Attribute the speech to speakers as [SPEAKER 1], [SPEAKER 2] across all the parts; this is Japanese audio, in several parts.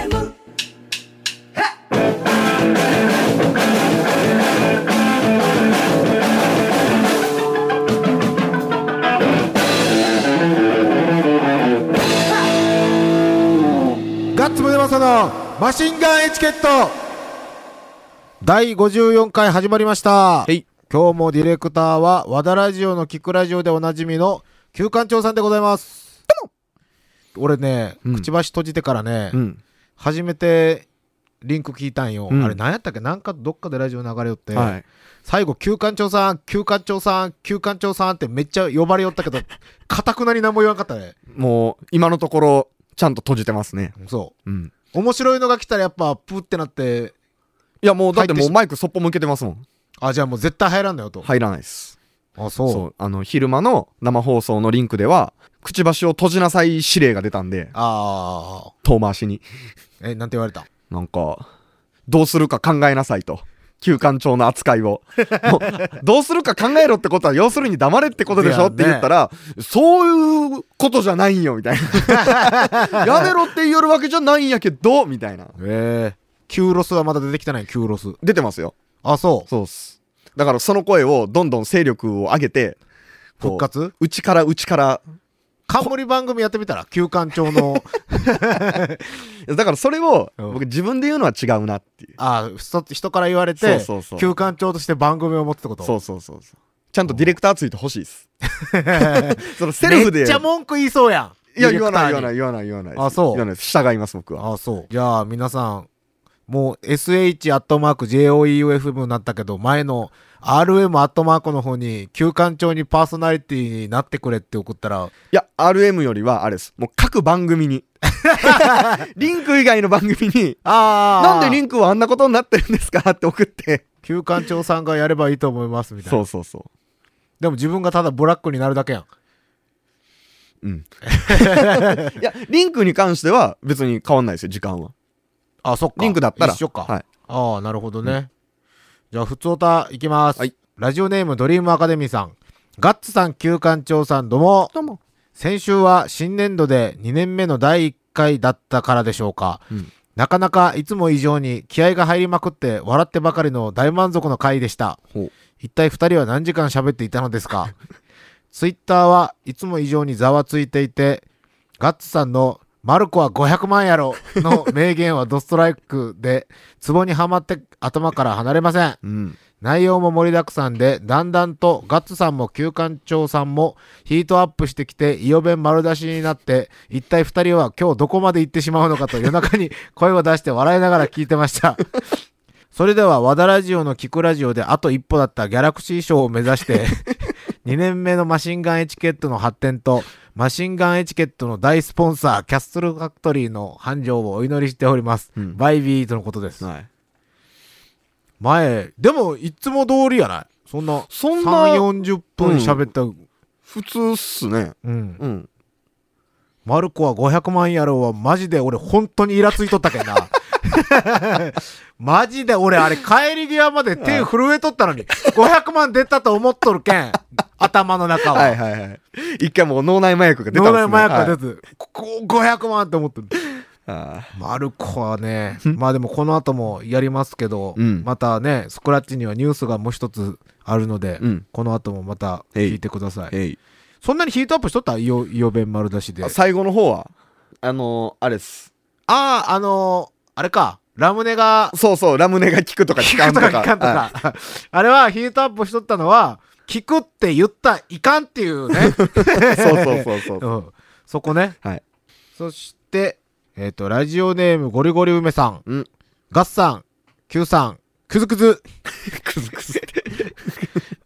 [SPEAKER 1] J-O-E-U-F-M
[SPEAKER 2] ガッツムネマソのマシンガンエチケット第54回始まりました。
[SPEAKER 3] はい
[SPEAKER 2] 今日もディレクターは和田ラジオのキクラジオでおなじみの旧館長さんでございます。俺ね、
[SPEAKER 3] うん
[SPEAKER 2] くちばし閉じてからね、
[SPEAKER 3] うん。
[SPEAKER 2] 初めてリンク聞いたんよ。
[SPEAKER 3] うん
[SPEAKER 2] あれ何やったっけなんかどっかでラジオ流れよって、
[SPEAKER 3] はい。
[SPEAKER 2] 最後旧館長さん、旧館長さん、旧館長さんってめっちゃ呼ばれよったけど、かたくなに何も言わんかったね。
[SPEAKER 3] もう、今のところ、ちゃんと閉じてますね。
[SPEAKER 2] そ
[SPEAKER 3] うん。
[SPEAKER 2] う。面白いのが来たらやっぱプーってなって、
[SPEAKER 3] いや、もう、だっ
[SPEAKER 2] 入って
[SPEAKER 3] てもう
[SPEAKER 2] し
[SPEAKER 3] マイクそっぽ向けてますもん。
[SPEAKER 2] あ、じゃあもう絶対入らんのよと。
[SPEAKER 3] 入らないです。
[SPEAKER 2] あ、そう。
[SPEAKER 3] そう。あの、昼間の生放送のリンクでは、くちばしを閉じなさい指令が出たんで、
[SPEAKER 2] ああ。
[SPEAKER 3] 遠回しに。
[SPEAKER 2] え、なんて言われた
[SPEAKER 3] なんか、どうするか考えなさいと。旧館長の扱い を。もう、どうするか考えろってことは、要するに黙れってことでしょって言ったら、そういうことじゃないんよ、みたい な。やめろって言えるわけじゃないんやけど、みたいな。
[SPEAKER 2] ええキューロスはまだ出てきてない、キューロス。
[SPEAKER 3] 出てますよ。
[SPEAKER 2] あ、そう。
[SPEAKER 3] そうっす。だからその声をどんどん勢力を上げて、こう
[SPEAKER 2] 復活
[SPEAKER 3] うちからうちから。
[SPEAKER 2] 冠番組やってみたら、旧館長 の、
[SPEAKER 3] だからそれを
[SPEAKER 2] うん
[SPEAKER 3] 僕自分で言うのは違うなっていう。
[SPEAKER 2] あーそ人から言われて、
[SPEAKER 3] そうそうそう
[SPEAKER 2] 旧館長として番組を持つってこと
[SPEAKER 3] そう そうそうそう。ちゃんとディレクターついてほしいです。そのセルフで。
[SPEAKER 2] めっちゃ文句言いそうやん。。
[SPEAKER 3] いや、言わない言わないい言わない言わない。
[SPEAKER 2] あそう
[SPEAKER 3] 言わないです従います僕は。
[SPEAKER 2] あ、そう。じゃあ、皆さん、もう sh.joeufm になったけど、前の rm. の方に、旧館長にパーソナリティになってくれって送ったら、
[SPEAKER 3] いや、RM よりはあれです。もう各番組 に。リンク以外の番組に、
[SPEAKER 2] あ
[SPEAKER 3] なんでリ
[SPEAKER 2] ン
[SPEAKER 3] ンクはあんなことになってるんですかって送って。
[SPEAKER 2] 旧館長さんがやればいいと思います、みたいな。
[SPEAKER 3] そうそうそ
[SPEAKER 2] でも自分がただブラックになるだけやん。
[SPEAKER 3] う。うん。いや、リンクに関しては別に変わんないですよ、時間は。
[SPEAKER 2] あ、そっか。
[SPEAKER 3] リンクだったら。
[SPEAKER 2] 一緒か。
[SPEAKER 3] はい。
[SPEAKER 2] ああ、なるほどね。じゃあ、普通歌いきます。
[SPEAKER 3] はい
[SPEAKER 2] ラジオネームドリームアカデミーさん。ガッツさん、旧館長さん、どうも。
[SPEAKER 3] どうも。
[SPEAKER 2] 先週は新年度で2年目の第1回だったからでしょうか。
[SPEAKER 3] うん
[SPEAKER 2] なかなかいつも以上に気合が入りまくって笑ってばかりの大満足の回でした。
[SPEAKER 3] ほう。
[SPEAKER 2] 一体二人は何時間喋っていたのですか ツイッターはいつも以上にざわついていてガッツさんの「マルコは500万やろ」の名言はドストライクでツボにはまって頭から離れません
[SPEAKER 3] うん。
[SPEAKER 2] 内容も盛りだくさんでだんだんとガッツさんも旧館長さんもヒートアップしてきてイオベン丸出しになって一体二人は今日どこまで行ってしまうのかと夜中に声を出して笑いながら聞いてましたそれでは和田ラジオのキクラジオであと一歩だったギャラクシー賞を目指して2年目のマシンガンエチケットの発展とマシンガンエチケットの大スポンサーキャッスルファクトリーの繁盛をお祈りしております、
[SPEAKER 3] うん
[SPEAKER 2] バイビーとのことです
[SPEAKER 3] はい。
[SPEAKER 2] 前でもいつも通りやないそんな
[SPEAKER 3] そんな、
[SPEAKER 2] 3、40分喋った。うん。
[SPEAKER 3] 普通っすね。うん。
[SPEAKER 2] マルコは500万やろうは、マジで俺本当にイラついとったけん な。マジで俺あれ帰り際まで手震えとったのに、500万出たと思っとるけ ん。頭の中は。
[SPEAKER 3] はいはいはい。一回もう脳内麻薬が出たん
[SPEAKER 2] 脳
[SPEAKER 3] すね。
[SPEAKER 2] 内麻薬が
[SPEAKER 3] はい
[SPEAKER 2] 出て、ここ500万って思ってる。
[SPEAKER 3] あー
[SPEAKER 2] マルコはね、まあでもこの後もやりますけど、
[SPEAKER 3] うん
[SPEAKER 2] またね、スクラッチにはニュースがもう一つあるので、
[SPEAKER 3] うん
[SPEAKER 2] この後もまた聞いてください。
[SPEAKER 3] えい
[SPEAKER 2] そんなにヒートアップしとったイオ、イオ弁丸出しで。
[SPEAKER 3] あ最後の方は、あのー、あれっす。
[SPEAKER 2] ああ、あのー、あれか、ラムネが、
[SPEAKER 3] そうそう、ラムネが効くと か効かんと
[SPEAKER 2] と
[SPEAKER 3] か。
[SPEAKER 2] か いかんと
[SPEAKER 3] は
[SPEAKER 2] か。あれはヒートアップしとったのは、聞くって言った、いかんっていう ね。
[SPEAKER 3] い。そうそうそうそうう。
[SPEAKER 2] ん、そこね。
[SPEAKER 3] はい。
[SPEAKER 2] そして、えっ、と、ラジオネームゴリゴリ梅さん。
[SPEAKER 3] うん
[SPEAKER 2] ガッさん、Q さん、くずく ず。
[SPEAKER 3] くずくずって。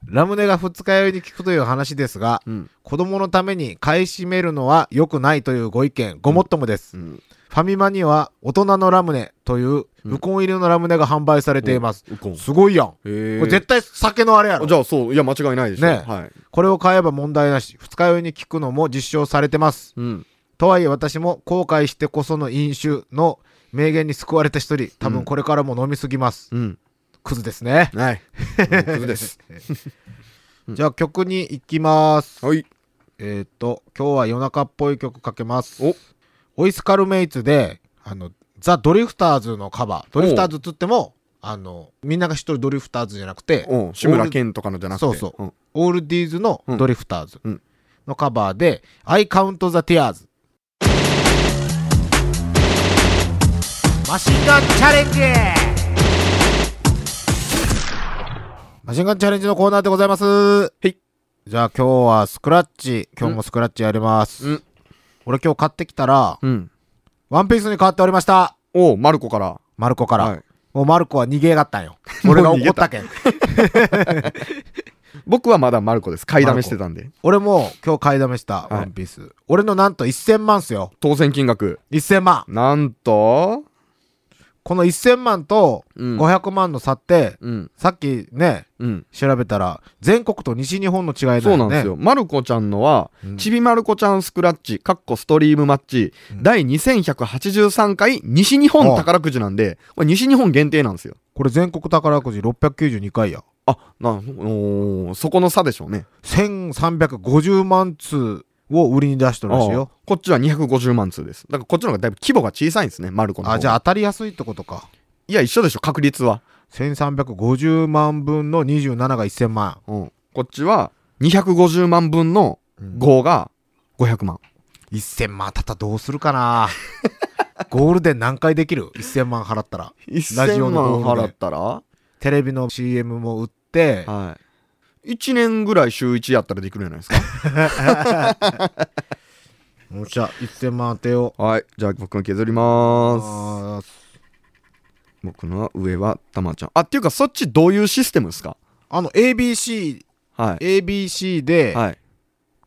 [SPEAKER 2] ラムネが二日酔いに聞くという話ですが、
[SPEAKER 3] うん。
[SPEAKER 2] 子供のために買い占めるのは良くないというご意見、ごもっともです。
[SPEAKER 3] うん。
[SPEAKER 2] ファミマには大人のラムネというウコン入りのラムネが販売されています。
[SPEAKER 3] ウコン。
[SPEAKER 2] すごいやん。
[SPEAKER 3] へ
[SPEAKER 2] これ絶対酒のあれやろ。
[SPEAKER 3] じゃあそう、いや、間違いないでしょ。
[SPEAKER 2] ね
[SPEAKER 3] はい。
[SPEAKER 2] これを買えば問題なし、二日酔いに効くのも実証されてます。
[SPEAKER 3] うん。
[SPEAKER 2] とはいえ私も後悔してこその飲酒の名言に救われた一人、多分これからも飲みすぎます。
[SPEAKER 3] うん。
[SPEAKER 2] クズですね。
[SPEAKER 3] はい。もうく ずです。
[SPEAKER 2] じゃあ曲に行きます。
[SPEAKER 3] はい。
[SPEAKER 2] えっ、と、今日は夜中っぽい曲かけます。
[SPEAKER 3] お
[SPEAKER 2] オイスカルメイツで、あの、ザ・ドリフターズのカバー。ドリフターズっつっても、あの、みんなが知ってるドリフターズじゃなくて、
[SPEAKER 3] うん、志村けんとかのじゃなくて。
[SPEAKER 2] そうそう
[SPEAKER 3] うん
[SPEAKER 2] オールディーズのドリフターズ
[SPEAKER 3] うんうん
[SPEAKER 2] のカバーで、I Count the Tears。マシンガンチャレンジマシンガンチャレンジのコーナーでございます。
[SPEAKER 3] い
[SPEAKER 2] じゃあ今日はスクラッチ。今日もスクラッチやります。
[SPEAKER 3] うん
[SPEAKER 2] 俺今日買ってきたら、
[SPEAKER 3] うん。
[SPEAKER 2] ワンピースに変わっておりました。
[SPEAKER 3] おう、マルコから。
[SPEAKER 2] マルコから。
[SPEAKER 3] はい。
[SPEAKER 2] もうマルコは逃げやがったんよ
[SPEAKER 3] もう
[SPEAKER 2] 俺が
[SPEAKER 3] 逃げ
[SPEAKER 2] 怒
[SPEAKER 3] た
[SPEAKER 2] ったけん。
[SPEAKER 3] 僕はまだマルコです。買いだめしてたんで。
[SPEAKER 2] 俺も今日買いだめした、
[SPEAKER 3] はい
[SPEAKER 2] ワンピース。俺のなんと1000万っすよ。
[SPEAKER 3] 当選金額。
[SPEAKER 2] 1000万。
[SPEAKER 3] なんと、
[SPEAKER 2] この1000万と
[SPEAKER 3] うん
[SPEAKER 2] 500万の差って、
[SPEAKER 3] うん。
[SPEAKER 2] さっきね、
[SPEAKER 3] うん。
[SPEAKER 2] 調べたら、全国と西日本の違いだよね。
[SPEAKER 3] そうなんですよ。。マルコちゃんのは、
[SPEAKER 2] うん
[SPEAKER 3] ちびまる子ちゃんスクラッチ、カッコストリームマッチ、
[SPEAKER 2] うん
[SPEAKER 3] 第2183回西日本宝くじなんで、これ西日本限定なんですよ。
[SPEAKER 2] これ全国宝くじ692回や。
[SPEAKER 3] あ、な、おーそこの差でしょうね。
[SPEAKER 2] 1350万通を売りに出してるらしいよ。
[SPEAKER 3] あーこっちは250万通です。だからこっちの方がだいぶ規模が小さいんですね、マルコの方
[SPEAKER 2] あ
[SPEAKER 3] が。
[SPEAKER 2] じゃあ当たりやすいってことか。
[SPEAKER 3] いや、一緒でしょ、確率は。
[SPEAKER 2] 1350万分の27が1000万。
[SPEAKER 3] うん。こっちは、250万分の5が500万。
[SPEAKER 2] 1000万当たったらどうするか なゴールデン何回できる ?1000 万払ったら。ラジオ
[SPEAKER 3] 1000
[SPEAKER 2] の
[SPEAKER 3] 万
[SPEAKER 2] ゴール
[SPEAKER 3] 払
[SPEAKER 2] で
[SPEAKER 3] ったら、は
[SPEAKER 2] テレビの CM も売って、
[SPEAKER 3] い。1年ぐらい週1やったらできるんじゃないですか。
[SPEAKER 2] よっしゃ、1000万当てよう。
[SPEAKER 3] はい。じゃあ僕が削りまーす。
[SPEAKER 2] あー
[SPEAKER 3] 僕のは上はたまちゃん。あ、っていうかそっちどういうシステムですか
[SPEAKER 2] あの、ABC、
[SPEAKER 3] は
[SPEAKER 2] ABC
[SPEAKER 3] い。
[SPEAKER 2] で、
[SPEAKER 3] はい。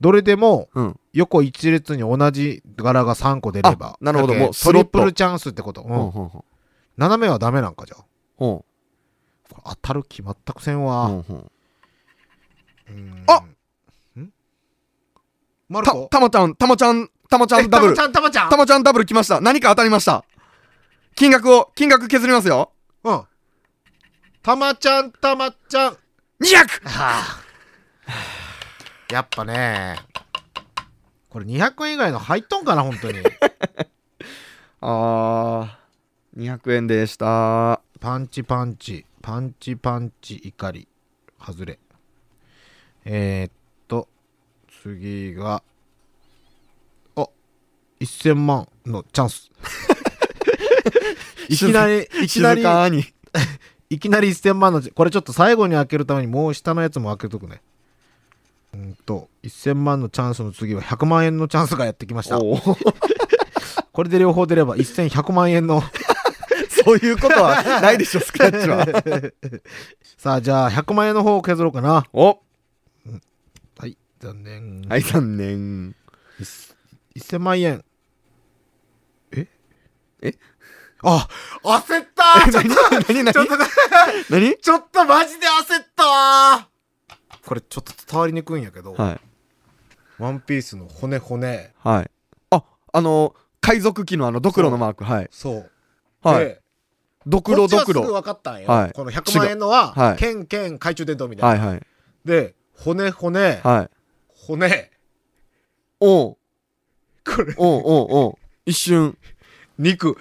[SPEAKER 2] どれでも
[SPEAKER 3] うん。
[SPEAKER 2] 横一列に同じ柄が3個出れば
[SPEAKER 3] あ。なるほど
[SPEAKER 2] だけ
[SPEAKER 3] もうス
[SPEAKER 2] ト
[SPEAKER 3] ロッ
[SPEAKER 2] リ
[SPEAKER 3] ト
[SPEAKER 2] プルチャンスってこと。うん
[SPEAKER 3] ほんほんほん。
[SPEAKER 2] 斜めはダメなんかじゃあ。
[SPEAKER 3] ほん
[SPEAKER 2] これ当たる気全くせん
[SPEAKER 3] ほ
[SPEAKER 2] わ。
[SPEAKER 3] んほん。
[SPEAKER 2] うん
[SPEAKER 3] あ
[SPEAKER 2] んマル
[SPEAKER 3] た、
[SPEAKER 2] コ
[SPEAKER 3] たまちゃん、たまちゃん、たまちゃん
[SPEAKER 2] え
[SPEAKER 3] ダブル。
[SPEAKER 2] たまちゃん、たまちゃん
[SPEAKER 3] たまちゃんダブル来ました。何か当たりました。金額を、金額削りますよ。
[SPEAKER 2] うん。たまちゃん、たまちゃん。
[SPEAKER 3] 200!
[SPEAKER 2] はあ、 やっぱねこれ200円以外の入っとんかな本 当に
[SPEAKER 3] あー、200円でした。
[SPEAKER 2] パンチパンチパンチパンチ怒り外れえー、っと次があ1000万のチャンスいきなりいきなり
[SPEAKER 3] 静かに。
[SPEAKER 2] いきなり1000万のこれちょっと最後に開けるためにもう下のやつも開けとくねうんと1000万のチャンスの次は100万円のチャンスがやってきました
[SPEAKER 3] おー
[SPEAKER 2] これで両方出れば1100万円 の
[SPEAKER 3] そういうことはないでしょ、スクラ ッチは。
[SPEAKER 2] さあじゃあ100万円の方を削ろうかな
[SPEAKER 3] お
[SPEAKER 2] はい残念、
[SPEAKER 3] はい、残念。
[SPEAKER 2] 1000万円え
[SPEAKER 3] え
[SPEAKER 2] あ焦ったーちょっ
[SPEAKER 3] 何
[SPEAKER 2] と
[SPEAKER 3] 何
[SPEAKER 2] ちょっと
[SPEAKER 3] 何
[SPEAKER 2] ちょっとマジで焦ったわーこれちょっと伝わりにくいんやけど、
[SPEAKER 3] はい。
[SPEAKER 2] ワンピースの骨骨
[SPEAKER 3] はい。あ、あの、海賊機のあの、ドクロのマーク。はい。
[SPEAKER 2] そう
[SPEAKER 3] はい。
[SPEAKER 2] で
[SPEAKER 3] ドク
[SPEAKER 2] こ
[SPEAKER 3] ロ
[SPEAKER 2] っち
[SPEAKER 3] ド
[SPEAKER 2] は
[SPEAKER 3] ク
[SPEAKER 2] すぐ
[SPEAKER 3] ロ。
[SPEAKER 2] 分かったんよ、
[SPEAKER 3] はい
[SPEAKER 2] この100万円のは、
[SPEAKER 3] はい
[SPEAKER 2] 剣剣懐中電灯みたいな、
[SPEAKER 3] はいはい。
[SPEAKER 2] で骨骨
[SPEAKER 3] はい。
[SPEAKER 2] 骨
[SPEAKER 3] おう
[SPEAKER 2] これ
[SPEAKER 3] おうおうおう一瞬。
[SPEAKER 2] 肉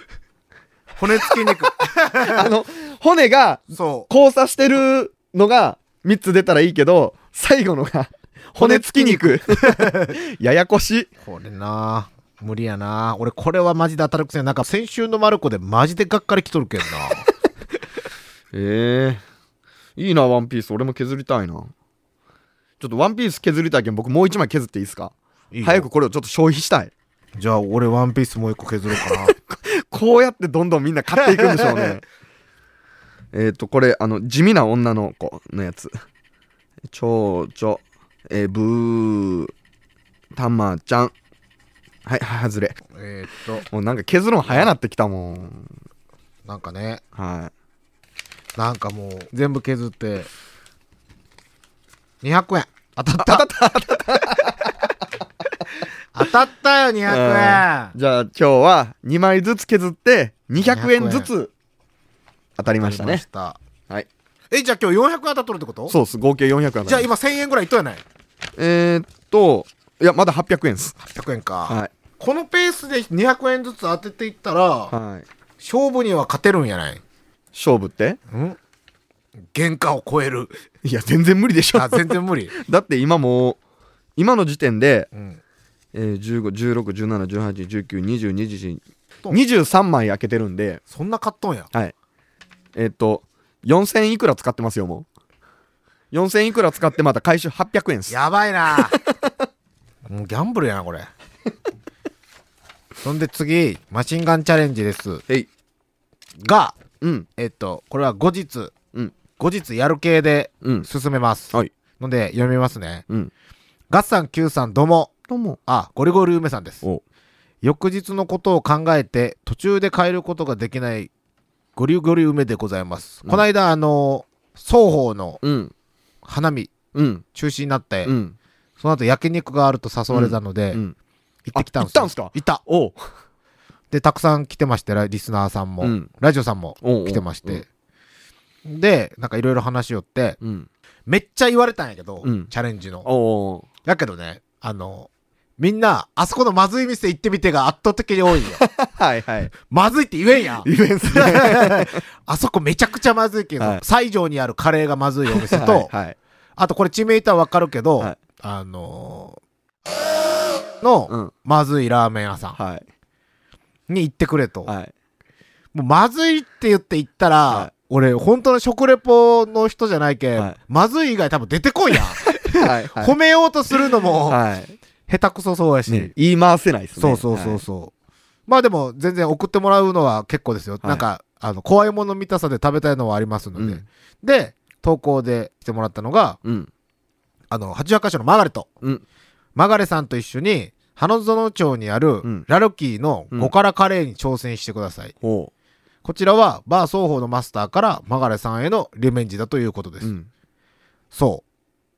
[SPEAKER 2] 骨付き肉
[SPEAKER 3] あの、骨が
[SPEAKER 2] そう
[SPEAKER 3] 交差してるのが3つ出たらいいけど、最後のが 骨付き肉。 ややこしい。
[SPEAKER 2] これなあ無理やなあ俺これはマジで当たるくせになんか先週のマルコでマジでがっかりきとる けんな
[SPEAKER 3] ええいいな、ワンピース。俺も削りたいな。ちょっとワンピース削りたいけん、僕もう1枚削っていいですか
[SPEAKER 2] いいよ
[SPEAKER 3] 早くこれをちょっと消費したい。
[SPEAKER 2] じゃあ俺ワンピースもう一個削ろうかな
[SPEAKER 3] こうやってどんどんみんな買っていくんでしょうね。 えっと、これ、あの、地味な女の子のやつ。長女、えー、ブー、たまちゃん。はい、はい、外れ。
[SPEAKER 2] えーっと
[SPEAKER 3] もうなんか削るの早なってきたもん。
[SPEAKER 2] なんかね
[SPEAKER 3] は
[SPEAKER 2] なんかもう全部削って200円当たった当たった 当たったよ200
[SPEAKER 3] い。う
[SPEAKER 2] 円
[SPEAKER 3] んじゃあ今日は2枚ずつ削って200円ずつ当たりました
[SPEAKER 2] 当たり
[SPEAKER 3] ね。はい。
[SPEAKER 2] えじゃあ今日400円当たっとるってこと
[SPEAKER 3] そうっす。合計400円当たり
[SPEAKER 2] じゃあ今1000円ぐらいいっとやない
[SPEAKER 3] えー、っと、いや、まだ800円っす。
[SPEAKER 2] 800円か、
[SPEAKER 3] はい。
[SPEAKER 2] このペースで200円ずつ当てていったら、
[SPEAKER 3] はい。
[SPEAKER 2] 勝負には勝てるんやないん
[SPEAKER 3] 勝負って
[SPEAKER 2] 原価を超え る。
[SPEAKER 3] いや、全然無理でしょ
[SPEAKER 2] あ、。全然無理。
[SPEAKER 3] だって今もう、今の時点で、
[SPEAKER 2] うん。
[SPEAKER 3] えー、15、16、17、18、19、20、21、
[SPEAKER 2] と
[SPEAKER 3] 23枚開けてるんで、
[SPEAKER 2] そんな買っとんや。
[SPEAKER 3] はい。えっと、4000いくら使ってますよ、もう。4000いくら使ってまた回収800円っす。
[SPEAKER 2] やばい なもうギャンブルやな、これ。そんで次、マシンガンチャレンジです。
[SPEAKER 3] えい。
[SPEAKER 2] が、
[SPEAKER 3] うん。
[SPEAKER 2] えっと、これは後日、
[SPEAKER 3] うん。
[SPEAKER 2] 後日やる系で
[SPEAKER 3] うん。
[SPEAKER 2] 進めます。
[SPEAKER 3] はい。
[SPEAKER 2] ので、読みますね。
[SPEAKER 3] うん。
[SPEAKER 2] ガッサン Q さん、どうも。
[SPEAKER 3] どうも。
[SPEAKER 2] あ、ゴリゴリ梅さんです。
[SPEAKER 3] お
[SPEAKER 2] 翌日のことを考えて、途中で変えることができない、ゴリゴリ梅でございます。
[SPEAKER 3] うん
[SPEAKER 2] こないだ、あの双方の
[SPEAKER 3] うん。
[SPEAKER 2] 花見、
[SPEAKER 3] うん。
[SPEAKER 2] 中止になって、
[SPEAKER 3] うん。
[SPEAKER 2] その後焼肉があると誘われたので、
[SPEAKER 3] うん。
[SPEAKER 2] 行ってきたんですよ
[SPEAKER 3] あ行ったんすか
[SPEAKER 2] 行った
[SPEAKER 3] おう。
[SPEAKER 2] でたくさん来てましてラリスナーさんも、
[SPEAKER 3] うん
[SPEAKER 2] ラジオさんも
[SPEAKER 3] おうおう
[SPEAKER 2] 来てまして、でなんかいろいろ話しよって
[SPEAKER 3] うん。
[SPEAKER 2] めっちゃ言われたんやけど、
[SPEAKER 3] うん
[SPEAKER 2] チャレンジの
[SPEAKER 3] おう。
[SPEAKER 2] だけどねあのみんなあそこのまずい店行ってみてが圧倒的に多 いんよ
[SPEAKER 3] は いはい。
[SPEAKER 2] まずいって言えんやん
[SPEAKER 3] イベントね
[SPEAKER 2] あそこめちゃくちゃまずいけど、
[SPEAKER 3] はい
[SPEAKER 2] 西条にあるカレーがまずいお店と、
[SPEAKER 3] はいはい。
[SPEAKER 2] あとこれ地名言ったらわかるけど、
[SPEAKER 3] はい
[SPEAKER 2] あのーの、
[SPEAKER 3] うん。
[SPEAKER 2] まずいラーメン屋さ
[SPEAKER 3] はい。
[SPEAKER 2] んに行ってくれと、
[SPEAKER 3] はい。
[SPEAKER 2] もうまずいって言って行ったら、
[SPEAKER 3] はい
[SPEAKER 2] 俺、本当の食レポの人じゃないけん、
[SPEAKER 3] はい
[SPEAKER 2] まずい以外多分出てこいやん。
[SPEAKER 3] はい。はい
[SPEAKER 2] 褒めようとするのも、
[SPEAKER 3] はい。
[SPEAKER 2] 下手くそそうやし。
[SPEAKER 3] ね、言い回せないですね。
[SPEAKER 2] そうそうそうそう。まあでも、全然送ってもらうのは結構ですよ。
[SPEAKER 3] はい
[SPEAKER 2] なんか、あの、怖いもの見たさで食べたいのはありますの
[SPEAKER 3] はい。
[SPEAKER 2] で。で、投稿で来てもらったのが、
[SPEAKER 3] うん。
[SPEAKER 2] あの、八百箇所のマガレと、
[SPEAKER 3] うん。
[SPEAKER 2] マガレさんと一緒に、花園町にある
[SPEAKER 3] うん、
[SPEAKER 2] ラルキーの
[SPEAKER 3] うん
[SPEAKER 2] 5辛カレーに挑戦してください。
[SPEAKER 3] お
[SPEAKER 2] こちらはバー双方のマスターからマガレさんへのリベンジだということです。
[SPEAKER 3] うん。
[SPEAKER 2] そ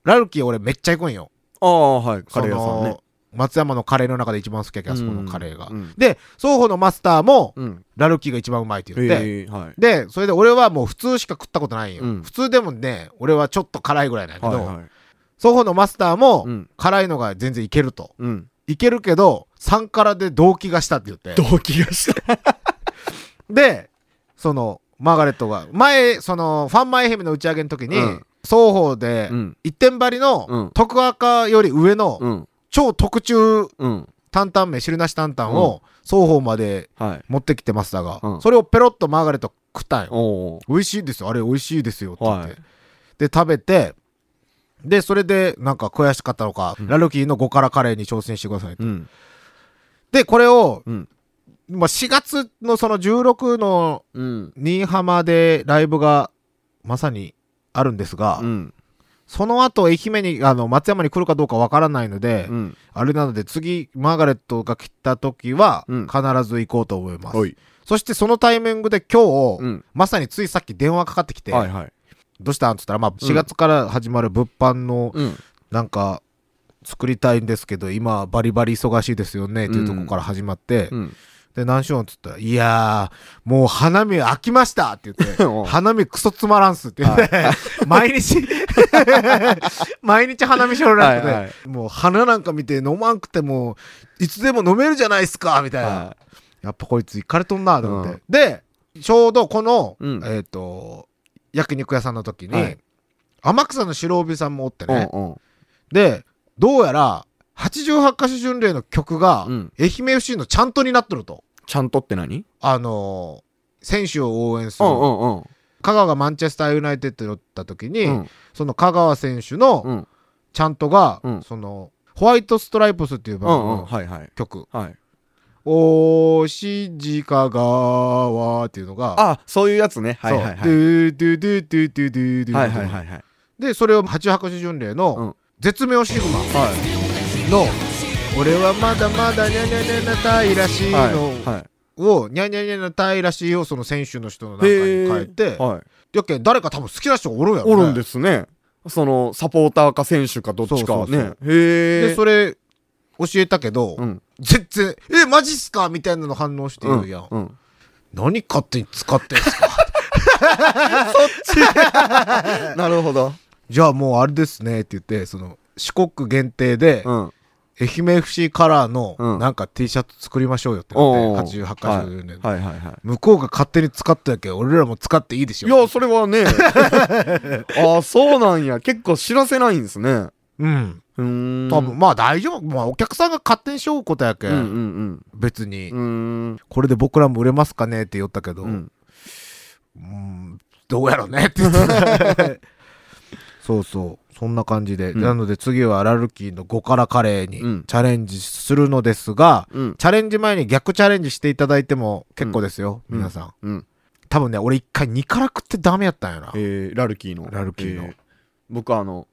[SPEAKER 2] う。ラルキー俺めっちゃ行くんよ。
[SPEAKER 3] ああ、はい。カレー屋さん
[SPEAKER 2] そ
[SPEAKER 3] ね
[SPEAKER 2] の。松山のカレーの中で一番好きやけど、あそこのカレーが。
[SPEAKER 3] うん
[SPEAKER 2] で、双方のマスターも
[SPEAKER 3] うん。
[SPEAKER 2] ラルキーが一番うまいって言って、
[SPEAKER 3] ええ、はい。
[SPEAKER 2] で、それで俺はもう普通しか食ったことないんよ。
[SPEAKER 3] うん
[SPEAKER 2] 普通でもね、俺はちょっと辛いぐらいなんやけど、
[SPEAKER 3] はいはい。
[SPEAKER 2] 双方のマスターも
[SPEAKER 3] うん
[SPEAKER 2] 辛いのが全然いけると。
[SPEAKER 3] うん。
[SPEAKER 2] いけるけど、3辛で動機がしたって言って。
[SPEAKER 3] 動機がした。
[SPEAKER 2] で、その、マーガレットが、前、その、ファンマイヘムの打ち上げの時に、
[SPEAKER 3] うん
[SPEAKER 2] 双方で
[SPEAKER 3] う、ん。
[SPEAKER 2] 一点張り
[SPEAKER 3] う
[SPEAKER 2] の
[SPEAKER 3] ん、
[SPEAKER 2] 徳赤より上の、
[SPEAKER 3] うん。
[SPEAKER 2] 超特注
[SPEAKER 3] うん。
[SPEAKER 2] 担々麺、汁なし担々を、双方まで
[SPEAKER 3] はい。
[SPEAKER 2] 持ってきてましたが、
[SPEAKER 3] うん
[SPEAKER 2] それをペロッとマーガレット食ったんよ。
[SPEAKER 3] おお。
[SPEAKER 2] 美味しいですよ、あれ美味しいですよ、って言って。
[SPEAKER 3] はい
[SPEAKER 2] で、食べて、で、それで、なんか悔しかったのか、
[SPEAKER 3] うん
[SPEAKER 2] ラルキーの5辛カレーに挑戦してくださいと。
[SPEAKER 3] うん。
[SPEAKER 2] で、これを、
[SPEAKER 3] うん。
[SPEAKER 2] まあ、4月のその16の
[SPEAKER 3] うん。
[SPEAKER 2] 新居浜でライブがまさにあるんですが、
[SPEAKER 3] うん。
[SPEAKER 2] その後愛媛にあの松山に来るかどうかわからないので、
[SPEAKER 3] うん。
[SPEAKER 2] あれなので次マーガレットが来た時は
[SPEAKER 3] うん
[SPEAKER 2] 必ず行こうと思います、
[SPEAKER 3] はい。
[SPEAKER 2] そしてそのタイミングで今日、
[SPEAKER 3] うん。
[SPEAKER 2] まさについさっき電話かかってきて、
[SPEAKER 3] はいはい。
[SPEAKER 2] どうしたんっつったら、まあ、4月から始まる物販の
[SPEAKER 3] うん。
[SPEAKER 2] なんか作りたいんですけど今バリバリ忙しいですよねっていうところから始まって、
[SPEAKER 3] うん。
[SPEAKER 2] で何しようっつったら「いやーもう花見飽きました」って言って
[SPEAKER 3] おう
[SPEAKER 2] 花見クソつまらんすって言って、 毎日毎日花見しろなくて、
[SPEAKER 3] はいはい
[SPEAKER 2] もう花なんか見て飲まんくてもいつでも飲めるじゃないですかみたいな、
[SPEAKER 3] は
[SPEAKER 2] やっぱこいついかれとんなと思って、
[SPEAKER 3] うん
[SPEAKER 2] でちょうどこの、
[SPEAKER 3] うん
[SPEAKER 2] えっ、と焼肉屋さんの時に、
[SPEAKER 3] はい
[SPEAKER 2] 天草の白帯さんもおって
[SPEAKER 3] い。
[SPEAKER 2] ね、
[SPEAKER 3] おう
[SPEAKER 2] でどうやら88カ所巡礼の曲が、
[SPEAKER 3] うん
[SPEAKER 2] 愛媛 FC のちゃんとになっとると。
[SPEAKER 3] ちゃんとって何
[SPEAKER 2] あのー選手を応援す
[SPEAKER 3] う
[SPEAKER 2] る、
[SPEAKER 3] んうんうん。
[SPEAKER 2] 香川がマンチェスターユナイテッドにおった時に、
[SPEAKER 3] うん
[SPEAKER 2] その香川選手の
[SPEAKER 3] うん。
[SPEAKER 2] ちゃんとが、
[SPEAKER 3] うん
[SPEAKER 2] そのホワイトストライプスっていう
[SPEAKER 3] う
[SPEAKER 2] バンド
[SPEAKER 3] んうん。
[SPEAKER 2] の
[SPEAKER 3] はいはい。
[SPEAKER 2] 曲
[SPEAKER 3] はい。
[SPEAKER 2] 「おーしじ香川」っていうのが
[SPEAKER 3] あ、そういうやつね。はいはい
[SPEAKER 2] そ
[SPEAKER 3] は
[SPEAKER 2] う
[SPEAKER 3] い。
[SPEAKER 2] ドゥドゥドゥドゥドゥドゥドゥドゥ
[SPEAKER 3] はいはいはいはい。
[SPEAKER 2] でそれを八白巡礼
[SPEAKER 3] う
[SPEAKER 2] の
[SPEAKER 3] ん
[SPEAKER 2] 「絶妙シグマ」
[SPEAKER 3] はい。
[SPEAKER 2] の「俺はまだまだニャニャニャニャたいらしいの」
[SPEAKER 3] はい。はい。
[SPEAKER 2] を「ニャニャニャニャたいらしい」をその選手の人の中に変えて
[SPEAKER 3] はい。
[SPEAKER 2] やっけん誰か多分好きな人おるんやろ、ね、
[SPEAKER 3] おるんですね。そのサポーターか選手かどっち
[SPEAKER 2] そ
[SPEAKER 3] か
[SPEAKER 2] うそうそう
[SPEAKER 3] ね。へえ。
[SPEAKER 2] でそれ教えたけど、
[SPEAKER 3] うん。
[SPEAKER 2] 全然「えマジっすか?」みたいなの反応して言うやん、
[SPEAKER 3] うん。
[SPEAKER 2] 何勝手に使ってんすか
[SPEAKER 3] なるほど。
[SPEAKER 2] じゃあもうあれですねって言ってその四国限定で、
[SPEAKER 3] うん。
[SPEAKER 2] 愛媛 FC カラーの
[SPEAKER 3] うん
[SPEAKER 2] なんか T シャツ作りましょうよって言って、
[SPEAKER 3] おう
[SPEAKER 2] 88カ所で、
[SPEAKER 3] はいはいは
[SPEAKER 2] 向こうが勝手に使ったやけん俺らも使っていいでし
[SPEAKER 3] い。
[SPEAKER 2] ょ
[SPEAKER 3] いや、それは ね。ああ、そうなんや。結構知らせないんですね。
[SPEAKER 2] うん
[SPEAKER 3] うーん。
[SPEAKER 2] 多分、。まあ大丈夫まあお客さんが勝手にしようことやけ
[SPEAKER 3] うんうんん
[SPEAKER 2] 別に
[SPEAKER 3] うん。うーん。
[SPEAKER 2] これで僕らも売れますかねって言ったけど、
[SPEAKER 3] うん。
[SPEAKER 2] うんどうやろねって言ってた そうそうそんな感じで、
[SPEAKER 3] うん
[SPEAKER 2] なので次はラルキーの5辛カレー
[SPEAKER 3] う
[SPEAKER 2] に
[SPEAKER 3] ん
[SPEAKER 2] チャレンジするのですが、
[SPEAKER 3] うん。
[SPEAKER 2] チャレンジ前に逆チャレンジしていただいても結構ですよ、
[SPEAKER 3] うん
[SPEAKER 2] 皆さん
[SPEAKER 3] うん。
[SPEAKER 2] 多分ね俺一回2辛食ってダメやったんやな、
[SPEAKER 3] えー、ラルキーの。
[SPEAKER 2] ラルキーの
[SPEAKER 3] え僕あの、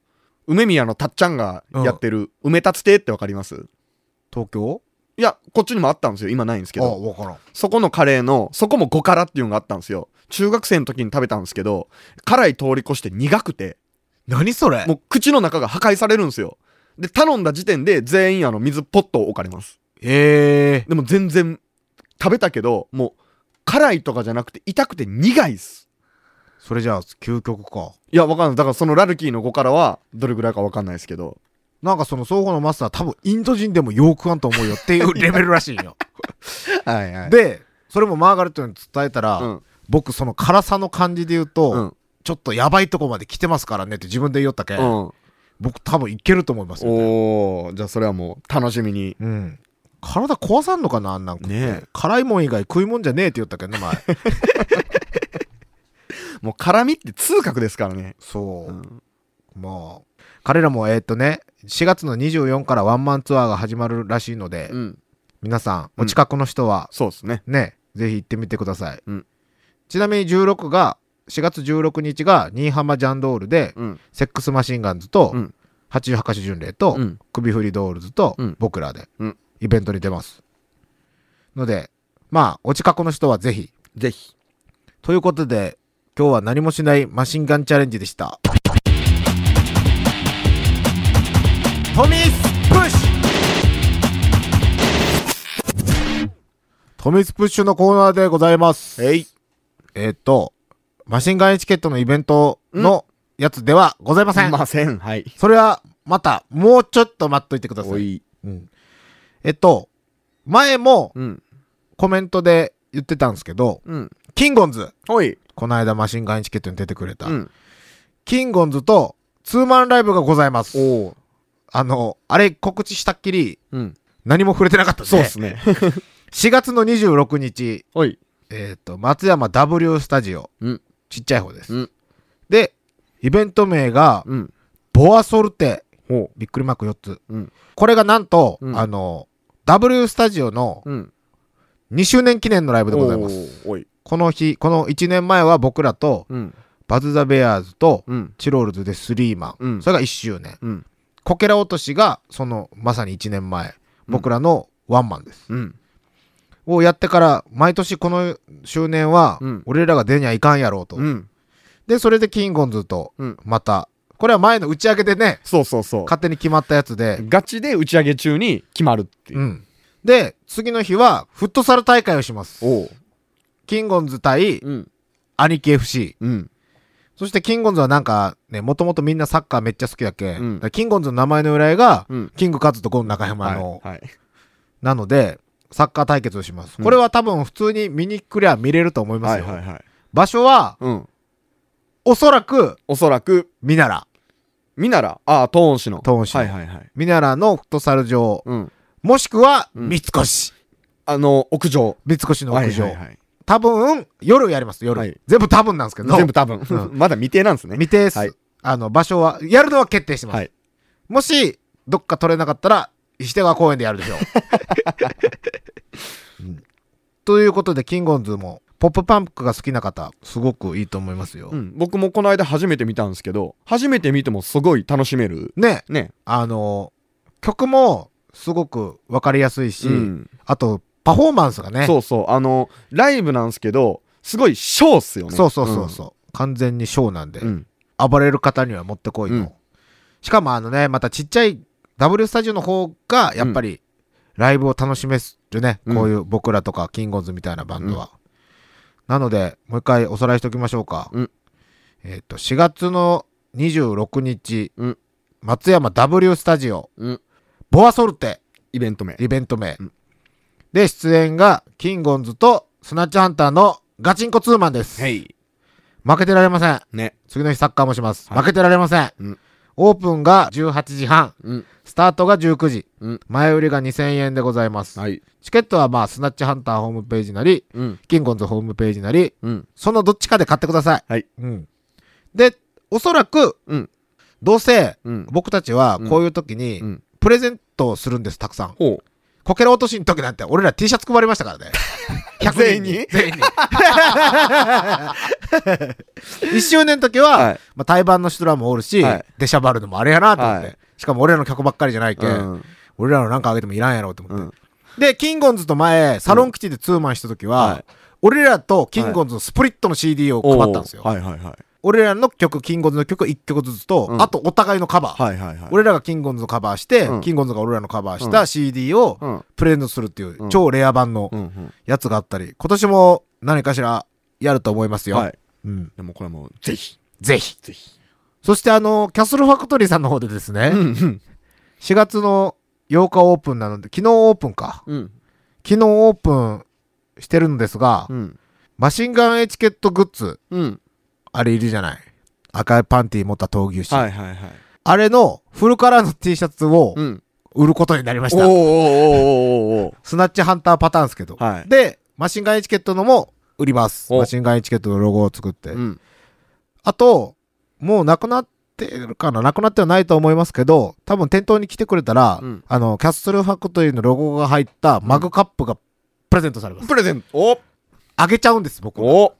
[SPEAKER 3] 梅宮のたっちゃんがやってる、梅立つ亭ってわかります
[SPEAKER 2] 東京
[SPEAKER 3] いや、こっちにもあったんですよ。今ないんですけ
[SPEAKER 2] あ
[SPEAKER 3] ど。
[SPEAKER 2] 分からん
[SPEAKER 3] そこのカレーの、そこも5辛っていうのがあったんですよ。中学生の時に食べたんですけど、辛い通り越して苦くて、
[SPEAKER 2] 何それ
[SPEAKER 3] もう口の中が破壊されるんですよ。で、頼んだ時点で全員あの水ポットを置かれます。
[SPEAKER 2] え
[SPEAKER 3] でも全然食べたけど、もう辛いとかじゃなくて痛くて苦いっす。
[SPEAKER 2] それじゃあ究極か
[SPEAKER 3] いや、わかんない。だからそのラルキーの5辛はどれぐらいかわかんないですけど。
[SPEAKER 2] なんかその双方のマスター多分インド人でもよくあんと思うよっていうレベルらしいんよ
[SPEAKER 3] はいはで、
[SPEAKER 2] でそれもマーガレットに伝えたら、
[SPEAKER 3] うん。
[SPEAKER 2] 僕その辛さの感じで言うと、
[SPEAKER 3] うん。
[SPEAKER 2] ちょっとやばいとこまで来てますからねって自分で言おったけ、
[SPEAKER 3] うん
[SPEAKER 2] ん、。僕多分いけると思いますよ、ね
[SPEAKER 3] おー、じゃあそれはもう楽しみに。
[SPEAKER 2] うん、体壊さんのかなあんなん食って、
[SPEAKER 3] ねえ
[SPEAKER 2] 辛いもん以外食いもんじゃねえって言ったけどね 前
[SPEAKER 3] もう辛みって痛覚ですからね。
[SPEAKER 2] そう、
[SPEAKER 3] ん。
[SPEAKER 2] まあ彼らもえーっとね4月の24からワンマンツアーが始まるらしいので、
[SPEAKER 3] うん。
[SPEAKER 2] 皆さん
[SPEAKER 3] うん
[SPEAKER 2] お近くの人は
[SPEAKER 3] そうですね。
[SPEAKER 2] ね、ぜひ行ってみてください、
[SPEAKER 3] うん
[SPEAKER 2] ちなみに16が4月16日が新居浜ジャンドールで、
[SPEAKER 3] うん。
[SPEAKER 2] セックスマシンガンズと、
[SPEAKER 3] うん
[SPEAKER 2] 88カ所巡礼と、
[SPEAKER 3] うん
[SPEAKER 2] 首振りドールズと、
[SPEAKER 3] うん
[SPEAKER 2] 僕らで、
[SPEAKER 3] うん
[SPEAKER 2] イベントに出ますのでまあお近くの人はぜひ
[SPEAKER 3] ぜひ。
[SPEAKER 2] ということで今日は何もしないマシンガンチャレンジでしたトミスプッシュトミスプッシュのコーナーでございます
[SPEAKER 3] えい。
[SPEAKER 2] えっ、とマシンガンエチケットのイベントのやつではございません、
[SPEAKER 3] ません。はい。
[SPEAKER 2] それは、また、もうちょっと待っといてください。
[SPEAKER 3] い。
[SPEAKER 2] うんえっと、前も
[SPEAKER 3] うん。
[SPEAKER 2] コメントで言ってたんですけど、
[SPEAKER 3] うん。
[SPEAKER 2] キンゴンズ、
[SPEAKER 3] おい。
[SPEAKER 2] この間マシンガンエチケットに出てくれた、
[SPEAKER 3] うん。
[SPEAKER 2] キンゴンズとツーマンライブがございます。
[SPEAKER 3] お
[SPEAKER 2] あの、あれ告知したっきり、
[SPEAKER 3] うん。
[SPEAKER 2] 何も触れてなかったです
[SPEAKER 3] そう
[SPEAKER 2] ね。
[SPEAKER 3] っす ね。
[SPEAKER 2] 4月の26日、
[SPEAKER 3] おい。
[SPEAKER 2] えっ、と、松山 W スタジオ、
[SPEAKER 3] うん。
[SPEAKER 2] ちっちゃい方です。
[SPEAKER 3] うん
[SPEAKER 2] で、イベント名が、
[SPEAKER 3] うん。
[SPEAKER 2] ボアソルテ、
[SPEAKER 3] ほ
[SPEAKER 2] びっくりマーク4つ。
[SPEAKER 3] う。うん。
[SPEAKER 2] これがなんと、
[SPEAKER 3] うん
[SPEAKER 2] あの、W スタジオの
[SPEAKER 3] うん。
[SPEAKER 2] 2周年記念のライブでございます。
[SPEAKER 3] す。おい。
[SPEAKER 2] この日、この1年前は僕らと、
[SPEAKER 3] うん。
[SPEAKER 2] バズ・ザ・ベアーズと、
[SPEAKER 3] うん。
[SPEAKER 2] チロールズでスリーマン、
[SPEAKER 3] うん
[SPEAKER 2] それが1周年。
[SPEAKER 3] うん。
[SPEAKER 2] こけら落としが、その、まさに1年前、
[SPEAKER 3] うん
[SPEAKER 2] 僕らのワンマンです。
[SPEAKER 3] うん。
[SPEAKER 2] をやってから、毎年この周年は
[SPEAKER 3] うん、
[SPEAKER 2] 俺らが出にゃいかんやろうと。
[SPEAKER 3] うん。
[SPEAKER 2] で、それでキンゴンズと
[SPEAKER 3] うん、
[SPEAKER 2] また、これは前の打ち上げでね、
[SPEAKER 3] そうそうそう。
[SPEAKER 2] 勝手に決まったやつで、
[SPEAKER 3] ガチで打ち上げ中に決まるっていうう。
[SPEAKER 2] ん。で、次の日は、フットサル大会をします。
[SPEAKER 3] おう。
[SPEAKER 2] キンゴンズ対、
[SPEAKER 3] うん。
[SPEAKER 2] 兄貴 FC。
[SPEAKER 3] うん。
[SPEAKER 2] そして、キンゴンズはなんか、ね、もともとみんなサッカーめっちゃ好きやけ、
[SPEAKER 3] うん
[SPEAKER 2] だからキンゴンズの名前の由来が、
[SPEAKER 3] うん。
[SPEAKER 2] キングカズとゴン中山の、
[SPEAKER 3] はい。はい
[SPEAKER 2] なので、サッカー対決をします。
[SPEAKER 3] うん
[SPEAKER 2] これは多分普通に見に来りゃ見れると思いま
[SPEAKER 3] は
[SPEAKER 2] す
[SPEAKER 3] い
[SPEAKER 2] よ。
[SPEAKER 3] はいはい。
[SPEAKER 2] 場所は、
[SPEAKER 3] うん。
[SPEAKER 2] おそらく、
[SPEAKER 3] おそらく、
[SPEAKER 2] ミナラ。
[SPEAKER 3] 見なら、ああ、トーン氏の。
[SPEAKER 2] トーン氏の
[SPEAKER 3] はいはいはい。
[SPEAKER 2] ミナラのフットサル場、
[SPEAKER 3] うん。
[SPEAKER 2] もしくは、
[SPEAKER 3] うん
[SPEAKER 2] 三越。
[SPEAKER 3] あの、屋上。
[SPEAKER 2] 三越の屋上。
[SPEAKER 3] はいはいはい
[SPEAKER 2] 多分、夜やります、夜。
[SPEAKER 3] はい
[SPEAKER 2] 全部多分なんですけど。
[SPEAKER 3] 全部多分。
[SPEAKER 2] う
[SPEAKER 3] まだ未定なんですね。
[SPEAKER 2] 未定です、
[SPEAKER 3] はい
[SPEAKER 2] あの、場所は、やるのは決定してます。
[SPEAKER 3] はい。
[SPEAKER 2] もし、どっか取れなかったら、石手川公園でやるでしょ う。うんということで、キングオンズも、ポップパンプが好きな方、すごくいいと思いますよ。
[SPEAKER 3] うん。僕もこの間初めて見たんですけど、初めて見てもすごい楽しめる。
[SPEAKER 2] ね、
[SPEAKER 3] ね。
[SPEAKER 2] あの、曲も、すごくわかりやすいし、
[SPEAKER 3] うん。
[SPEAKER 2] あと、パフォーマンスがね、
[SPEAKER 3] そうそう。あの、ライブなんですけど、すごいショーっすよね。
[SPEAKER 2] そうそうそうそう完全にショーなんで、
[SPEAKER 3] うん。うん。
[SPEAKER 2] 暴れる方にはもってこいと。
[SPEAKER 3] うん
[SPEAKER 2] しかもあのね、またちっちゃい W スタジオの方が、やっぱり、ライブを楽しめるね、
[SPEAKER 3] うん
[SPEAKER 2] こういう僕らとか、キングオンズみたいなバンドは。なので、もう一回おさらいしておきましょうか。
[SPEAKER 3] うん
[SPEAKER 2] えっ、と、4月の26日、
[SPEAKER 3] うん
[SPEAKER 2] 松山 W スタジオ、
[SPEAKER 3] うん
[SPEAKER 2] ボアソルテ、
[SPEAKER 3] イベント名。
[SPEAKER 2] イベント名。
[SPEAKER 3] うん
[SPEAKER 2] で、出演が、キンゴンズとスナッチハンターのガチンコツーマンです。
[SPEAKER 3] い。
[SPEAKER 2] 負けてられません。
[SPEAKER 3] ね。
[SPEAKER 2] 次の日サッカーもします。
[SPEAKER 3] はい
[SPEAKER 2] 負けてられません。
[SPEAKER 3] うん
[SPEAKER 2] オープンが18時半、
[SPEAKER 3] うん。
[SPEAKER 2] スタートが19時、
[SPEAKER 3] うん
[SPEAKER 2] 前売りが2000円でございます。
[SPEAKER 3] はい。
[SPEAKER 2] チケットはまあ、スナッチハンターホームページなり、
[SPEAKER 3] うん。
[SPEAKER 2] キンゴンズホームページなり、
[SPEAKER 3] うん。
[SPEAKER 2] そのどっちかで買ってください。
[SPEAKER 3] はい。
[SPEAKER 2] うん。で、おそらく、
[SPEAKER 3] うん。
[SPEAKER 2] どうせ、
[SPEAKER 3] うん
[SPEAKER 2] 僕たちはこういう時
[SPEAKER 3] う
[SPEAKER 2] に
[SPEAKER 3] ん、
[SPEAKER 2] プレゼントをするんです、たくさん。
[SPEAKER 3] ほ
[SPEAKER 2] こけら落としの時なんて、俺ら T シャツ配りました からね。100人に全員に。1周 年の時は、
[SPEAKER 3] はい
[SPEAKER 2] まあ、対バンの人らもおるし、
[SPEAKER 3] はい
[SPEAKER 2] 出しゃばるのもあれやなと思って、
[SPEAKER 3] はい
[SPEAKER 2] しかも俺らの曲ばっかりじゃないけ、
[SPEAKER 3] うん。
[SPEAKER 2] 俺らのなんかあげてもいらんやろと思
[SPEAKER 3] う
[SPEAKER 2] って。
[SPEAKER 3] ん。
[SPEAKER 2] で、キンゴンズと前、サロン基地でツーマンした時は、
[SPEAKER 3] はい
[SPEAKER 2] 俺らとキンゴンズのスプリットの CD を配ったんですよ。
[SPEAKER 3] おーはいはいはい。
[SPEAKER 2] 俺らの曲、キンゴンズの曲1曲ずつと、
[SPEAKER 3] うん
[SPEAKER 2] あとお互いのカバー。
[SPEAKER 3] はいはいはい。
[SPEAKER 2] 俺らがキンゴンズをカバーして、
[SPEAKER 3] うん
[SPEAKER 2] キンゴンズが俺らのカバーし
[SPEAKER 3] う
[SPEAKER 2] た CD を
[SPEAKER 3] うん。
[SPEAKER 2] プレゼントするっていう、
[SPEAKER 3] うん
[SPEAKER 2] 超レア版の
[SPEAKER 3] うんうん。
[SPEAKER 2] やつがあったり、今年も何かしらやると思いますよ。
[SPEAKER 3] はい。
[SPEAKER 2] うん。
[SPEAKER 3] でもこれはもう、ぜひ。
[SPEAKER 2] ぜひ。
[SPEAKER 3] ぜひ。
[SPEAKER 2] そしてあの、キャスルファクトリーさんの方でですね、
[SPEAKER 3] うんうん。
[SPEAKER 2] 4月の8日オープンなので、昨日オープンか。
[SPEAKER 3] うん。
[SPEAKER 2] 昨日オープンしてるんですが、
[SPEAKER 3] うん。
[SPEAKER 2] マシンガンエチケットグッズ、
[SPEAKER 3] うん。
[SPEAKER 2] あれいるじゃない。赤いパンティー持った闘牛士。
[SPEAKER 3] はいはいはい。
[SPEAKER 2] あれのフルカラーの T シャツを
[SPEAKER 3] うん。
[SPEAKER 2] 売ることになりまし
[SPEAKER 3] おーお
[SPEAKER 2] た。
[SPEAKER 3] ーおーおーおー
[SPEAKER 2] スナッチハンターパターンですけど。
[SPEAKER 3] はい
[SPEAKER 2] で、マシンガンエチケットのも売ります。
[SPEAKER 3] お
[SPEAKER 2] マシンガンエチケットのロゴを作って。
[SPEAKER 3] うん。
[SPEAKER 2] あと、もうなくなってるかななくなってはないと思いますけど、多分店頭に来てくれたら、
[SPEAKER 3] うん
[SPEAKER 2] あの、キャッスルファクトリーのロゴが入ったマグカップがプレゼントされます。
[SPEAKER 3] プレゼント。
[SPEAKER 2] あげちゃうんです、僕。
[SPEAKER 3] お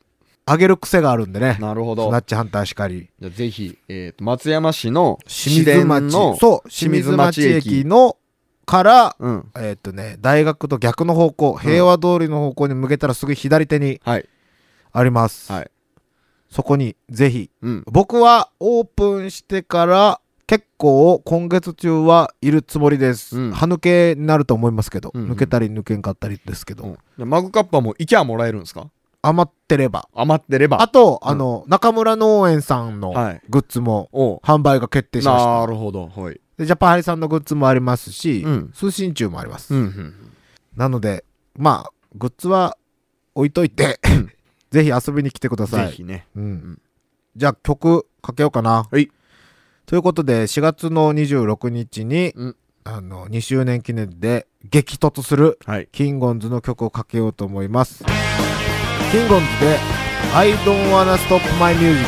[SPEAKER 2] あげる癖があるんでね。
[SPEAKER 3] お
[SPEAKER 2] ス
[SPEAKER 3] なるほど
[SPEAKER 2] ナッ。チハンターしかり。
[SPEAKER 3] じゃあぜひ、えーと、松山市の
[SPEAKER 2] 清
[SPEAKER 3] 市
[SPEAKER 2] 水
[SPEAKER 3] 電
[SPEAKER 2] 町
[SPEAKER 3] の、
[SPEAKER 2] そう、清
[SPEAKER 3] 清
[SPEAKER 2] 水
[SPEAKER 3] 水
[SPEAKER 2] 町
[SPEAKER 3] 町駅
[SPEAKER 2] 駅の、から、
[SPEAKER 3] うん。
[SPEAKER 2] えーっ、とね、大学と逆の方向、平和通りの方向に向けたらすぐ左手に
[SPEAKER 3] はい。
[SPEAKER 2] あります。
[SPEAKER 3] はい。
[SPEAKER 2] そこに、ぜひ、
[SPEAKER 3] うん。
[SPEAKER 2] 僕はオープンしてから結構今月中はいるつもりです、
[SPEAKER 3] うん
[SPEAKER 2] 歯抜けになると思いますけど、
[SPEAKER 3] うんうん
[SPEAKER 2] 抜けたり抜けんかったりですけど、
[SPEAKER 3] うんじゃあマグカップはもう、イケアもらえるんですか
[SPEAKER 2] 余ってれば
[SPEAKER 3] 余ってれば。
[SPEAKER 2] あと、あの中村農園さんの
[SPEAKER 3] はい
[SPEAKER 2] グッズも
[SPEAKER 3] おう
[SPEAKER 2] 販売が決定しました、
[SPEAKER 3] なるほど。はい。
[SPEAKER 2] でジャパハリさんのグッズもありますし、
[SPEAKER 3] うん
[SPEAKER 2] 通信中もあります、
[SPEAKER 3] うんうん。
[SPEAKER 2] なのでまあグッズは置いといて ぜひ遊びに来てくださ
[SPEAKER 3] ぜ
[SPEAKER 2] い
[SPEAKER 3] ひね。
[SPEAKER 2] うん
[SPEAKER 3] ん
[SPEAKER 2] じゃあ曲かけようかな。
[SPEAKER 3] はい
[SPEAKER 2] ということで4月の26日に、
[SPEAKER 3] うん
[SPEAKER 2] あの2周年記念で激突する
[SPEAKER 3] はい。
[SPEAKER 2] キンゴンズの曲をかけようと思います。キンゴンズで I don't wanna stop my music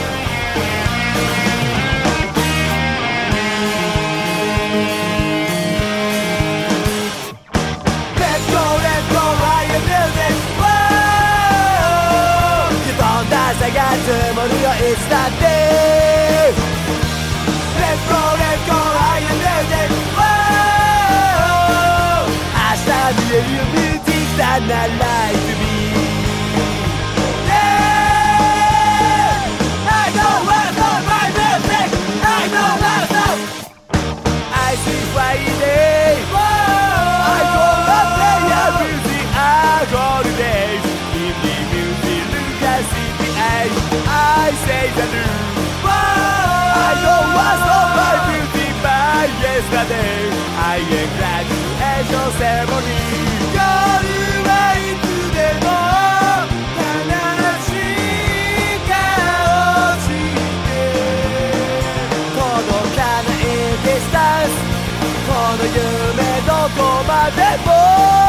[SPEAKER 4] oh, 届かないでスターズこの夢どこまでも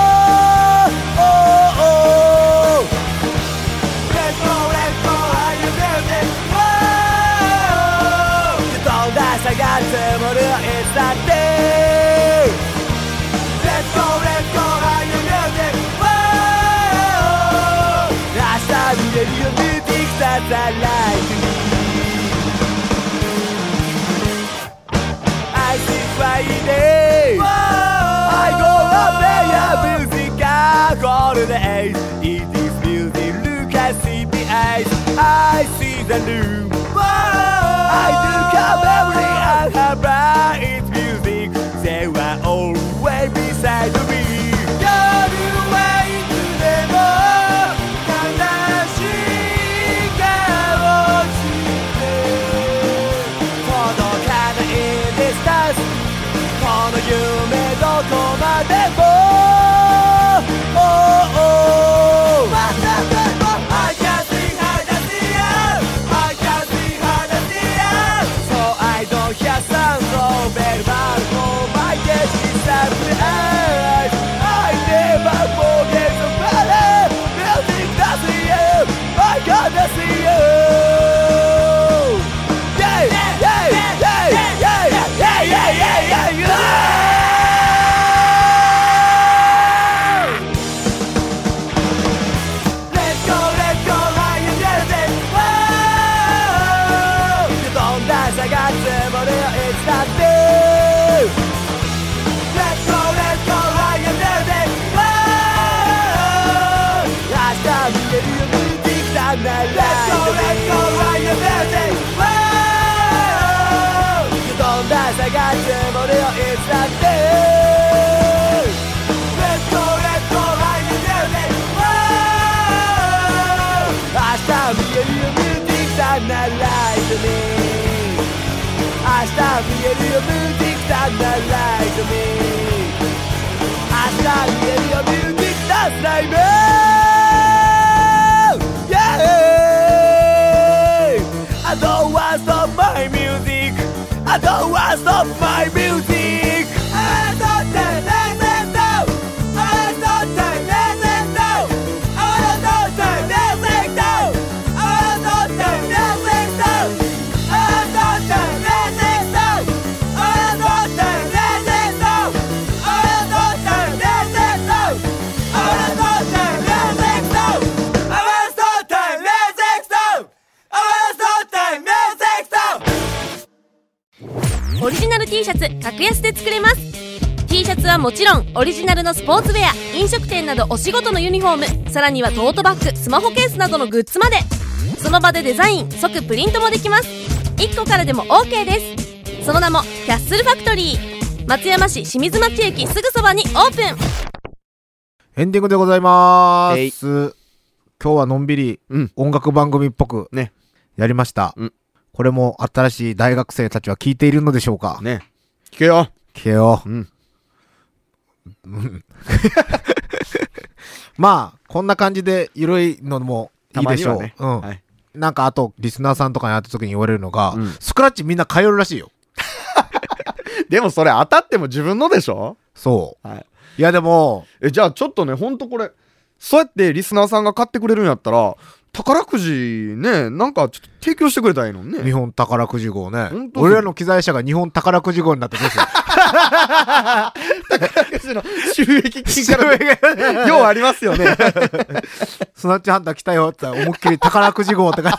[SPEAKER 4] Oh, なライトニング明日見えるよミュージックダンなライトニング明日見えるよミュージックダンスライブイエーイ I don't want to stop my music I don't want to stop my music I don't let let let go I don't let let let go I don't let let let go I don't let let let go I don't let let let go I don't let let let go I don't let let let go I don't let let let go I want to stop time music stop I want to stop time music stop
[SPEAKER 5] オリジナル T シャツ格安で作れます T シャツはもちろんオリジナルのスポーツウェア飲食店などお仕事のユニフォームさらにはトートバッグスマホケースなどのグッズまでその場でデザイン即プリントもできます1個からでも OK ですその名もキャッスルファクトリー松山市清水町駅すぐそばにオープン
[SPEAKER 2] エンディングでございま
[SPEAKER 3] えい
[SPEAKER 2] す。今日はのんびり
[SPEAKER 3] うん
[SPEAKER 2] 音楽番組っぽく
[SPEAKER 3] ね
[SPEAKER 2] やりました。
[SPEAKER 3] うん
[SPEAKER 2] これも新しい大学生たちは聞いているのでしょうか、
[SPEAKER 3] ね。聞けよ。
[SPEAKER 2] 聞けよう。
[SPEAKER 3] うん
[SPEAKER 2] まあ、こんな感じでゆるいのもいいでしょう。
[SPEAKER 3] たまに
[SPEAKER 2] う
[SPEAKER 3] は
[SPEAKER 2] ん、
[SPEAKER 3] ねはい
[SPEAKER 2] なんかあと、リスナーさんとかに会った時に言われるのが、
[SPEAKER 3] うん
[SPEAKER 2] スクラッチみんな通るらしいよ。
[SPEAKER 3] でもそれ当たっても自分のでしょ
[SPEAKER 2] そ
[SPEAKER 3] はい。
[SPEAKER 2] う。いやで も、
[SPEAKER 3] え、じゃあちょっとね、ほんとこれ、そうやってリスナーさんが買ってくれるんやったら、宝くじね、なんかちょっと提供してくれたらいいのに
[SPEAKER 2] 日
[SPEAKER 3] ね。
[SPEAKER 2] 本宝くじ号ね
[SPEAKER 3] ほん。とそう
[SPEAKER 2] 俺らの機材車が日本宝くじ号になってどうする
[SPEAKER 3] 宝くじの 収益 金から、ね、ようありますよね。
[SPEAKER 2] スナッチハンター来たよって言ったら思いっきり宝くじ号とか、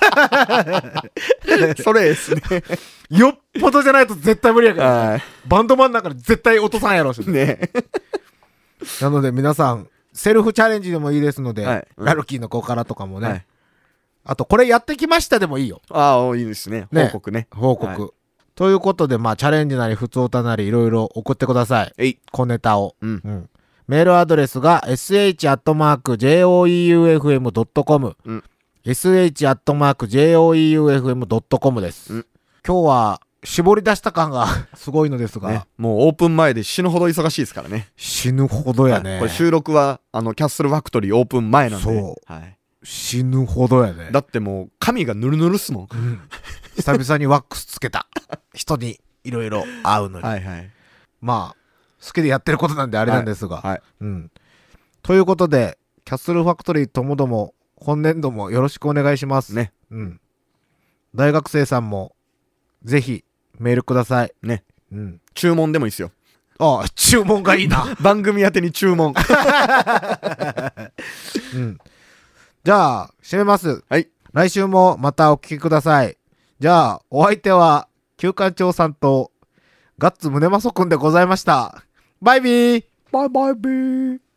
[SPEAKER 3] それですね。
[SPEAKER 2] よっぽどじゃないと絶対無理やから。
[SPEAKER 3] は
[SPEAKER 2] バンドマンだから絶対落とさんやろし
[SPEAKER 3] い。。ね。
[SPEAKER 2] なので皆さん、セルフチャレンジでもいいですので、
[SPEAKER 3] はいうん
[SPEAKER 2] ラルキーの子からとかもね、
[SPEAKER 3] はい
[SPEAKER 2] あとこれやってきましたでもいいよ。
[SPEAKER 3] ああ、いいですね。
[SPEAKER 2] ね
[SPEAKER 3] 報告ね。
[SPEAKER 2] 報告。
[SPEAKER 3] は
[SPEAKER 2] ということで、まあ、チャレンジなり、普通歌なり、いろいろ送ってください。
[SPEAKER 3] えい。
[SPEAKER 2] 小ネタを。
[SPEAKER 3] うん
[SPEAKER 2] メールアドレスが sh.joeufm.com、
[SPEAKER 3] うん
[SPEAKER 2] sh.joeufm.com です、
[SPEAKER 3] うん
[SPEAKER 2] 今日は絞り出した感が すごいのですが、
[SPEAKER 3] ね、もうオープン前で死ぬほど忙しいですからね。
[SPEAKER 2] 死ぬほどや
[SPEAKER 3] は
[SPEAKER 2] ね
[SPEAKER 3] いこれ収録は、あの、キャッスルファクトリーオープン前なんで。
[SPEAKER 2] そう
[SPEAKER 3] はい。
[SPEAKER 2] 死ぬほどやね
[SPEAKER 3] だってもう、髪がぬるぬるっすもん。
[SPEAKER 2] 久々にワックスつけた人にいろいろ会うのに、
[SPEAKER 3] はいはい。
[SPEAKER 2] まあ好きでやってることなんであれなんですが、
[SPEAKER 3] はい。
[SPEAKER 2] うん。ということで、キャッスルファクトリーともども、今年度もよろしくお願いします。
[SPEAKER 3] ね。
[SPEAKER 2] うん。大学生さんも、ぜひ、メールください。
[SPEAKER 3] ね。
[SPEAKER 2] うん。
[SPEAKER 3] 注文でもいい ですよ。
[SPEAKER 2] ああ、注文がいい な。
[SPEAKER 3] 番組宛てに 注文。
[SPEAKER 2] うん。じゃあ、締めます。
[SPEAKER 3] はい。
[SPEAKER 2] 来週もまたお聞きください。じゃあ、お相手は、休館長さんと、ガッツムネマソくんでございました。バイビー
[SPEAKER 3] バイバイビー。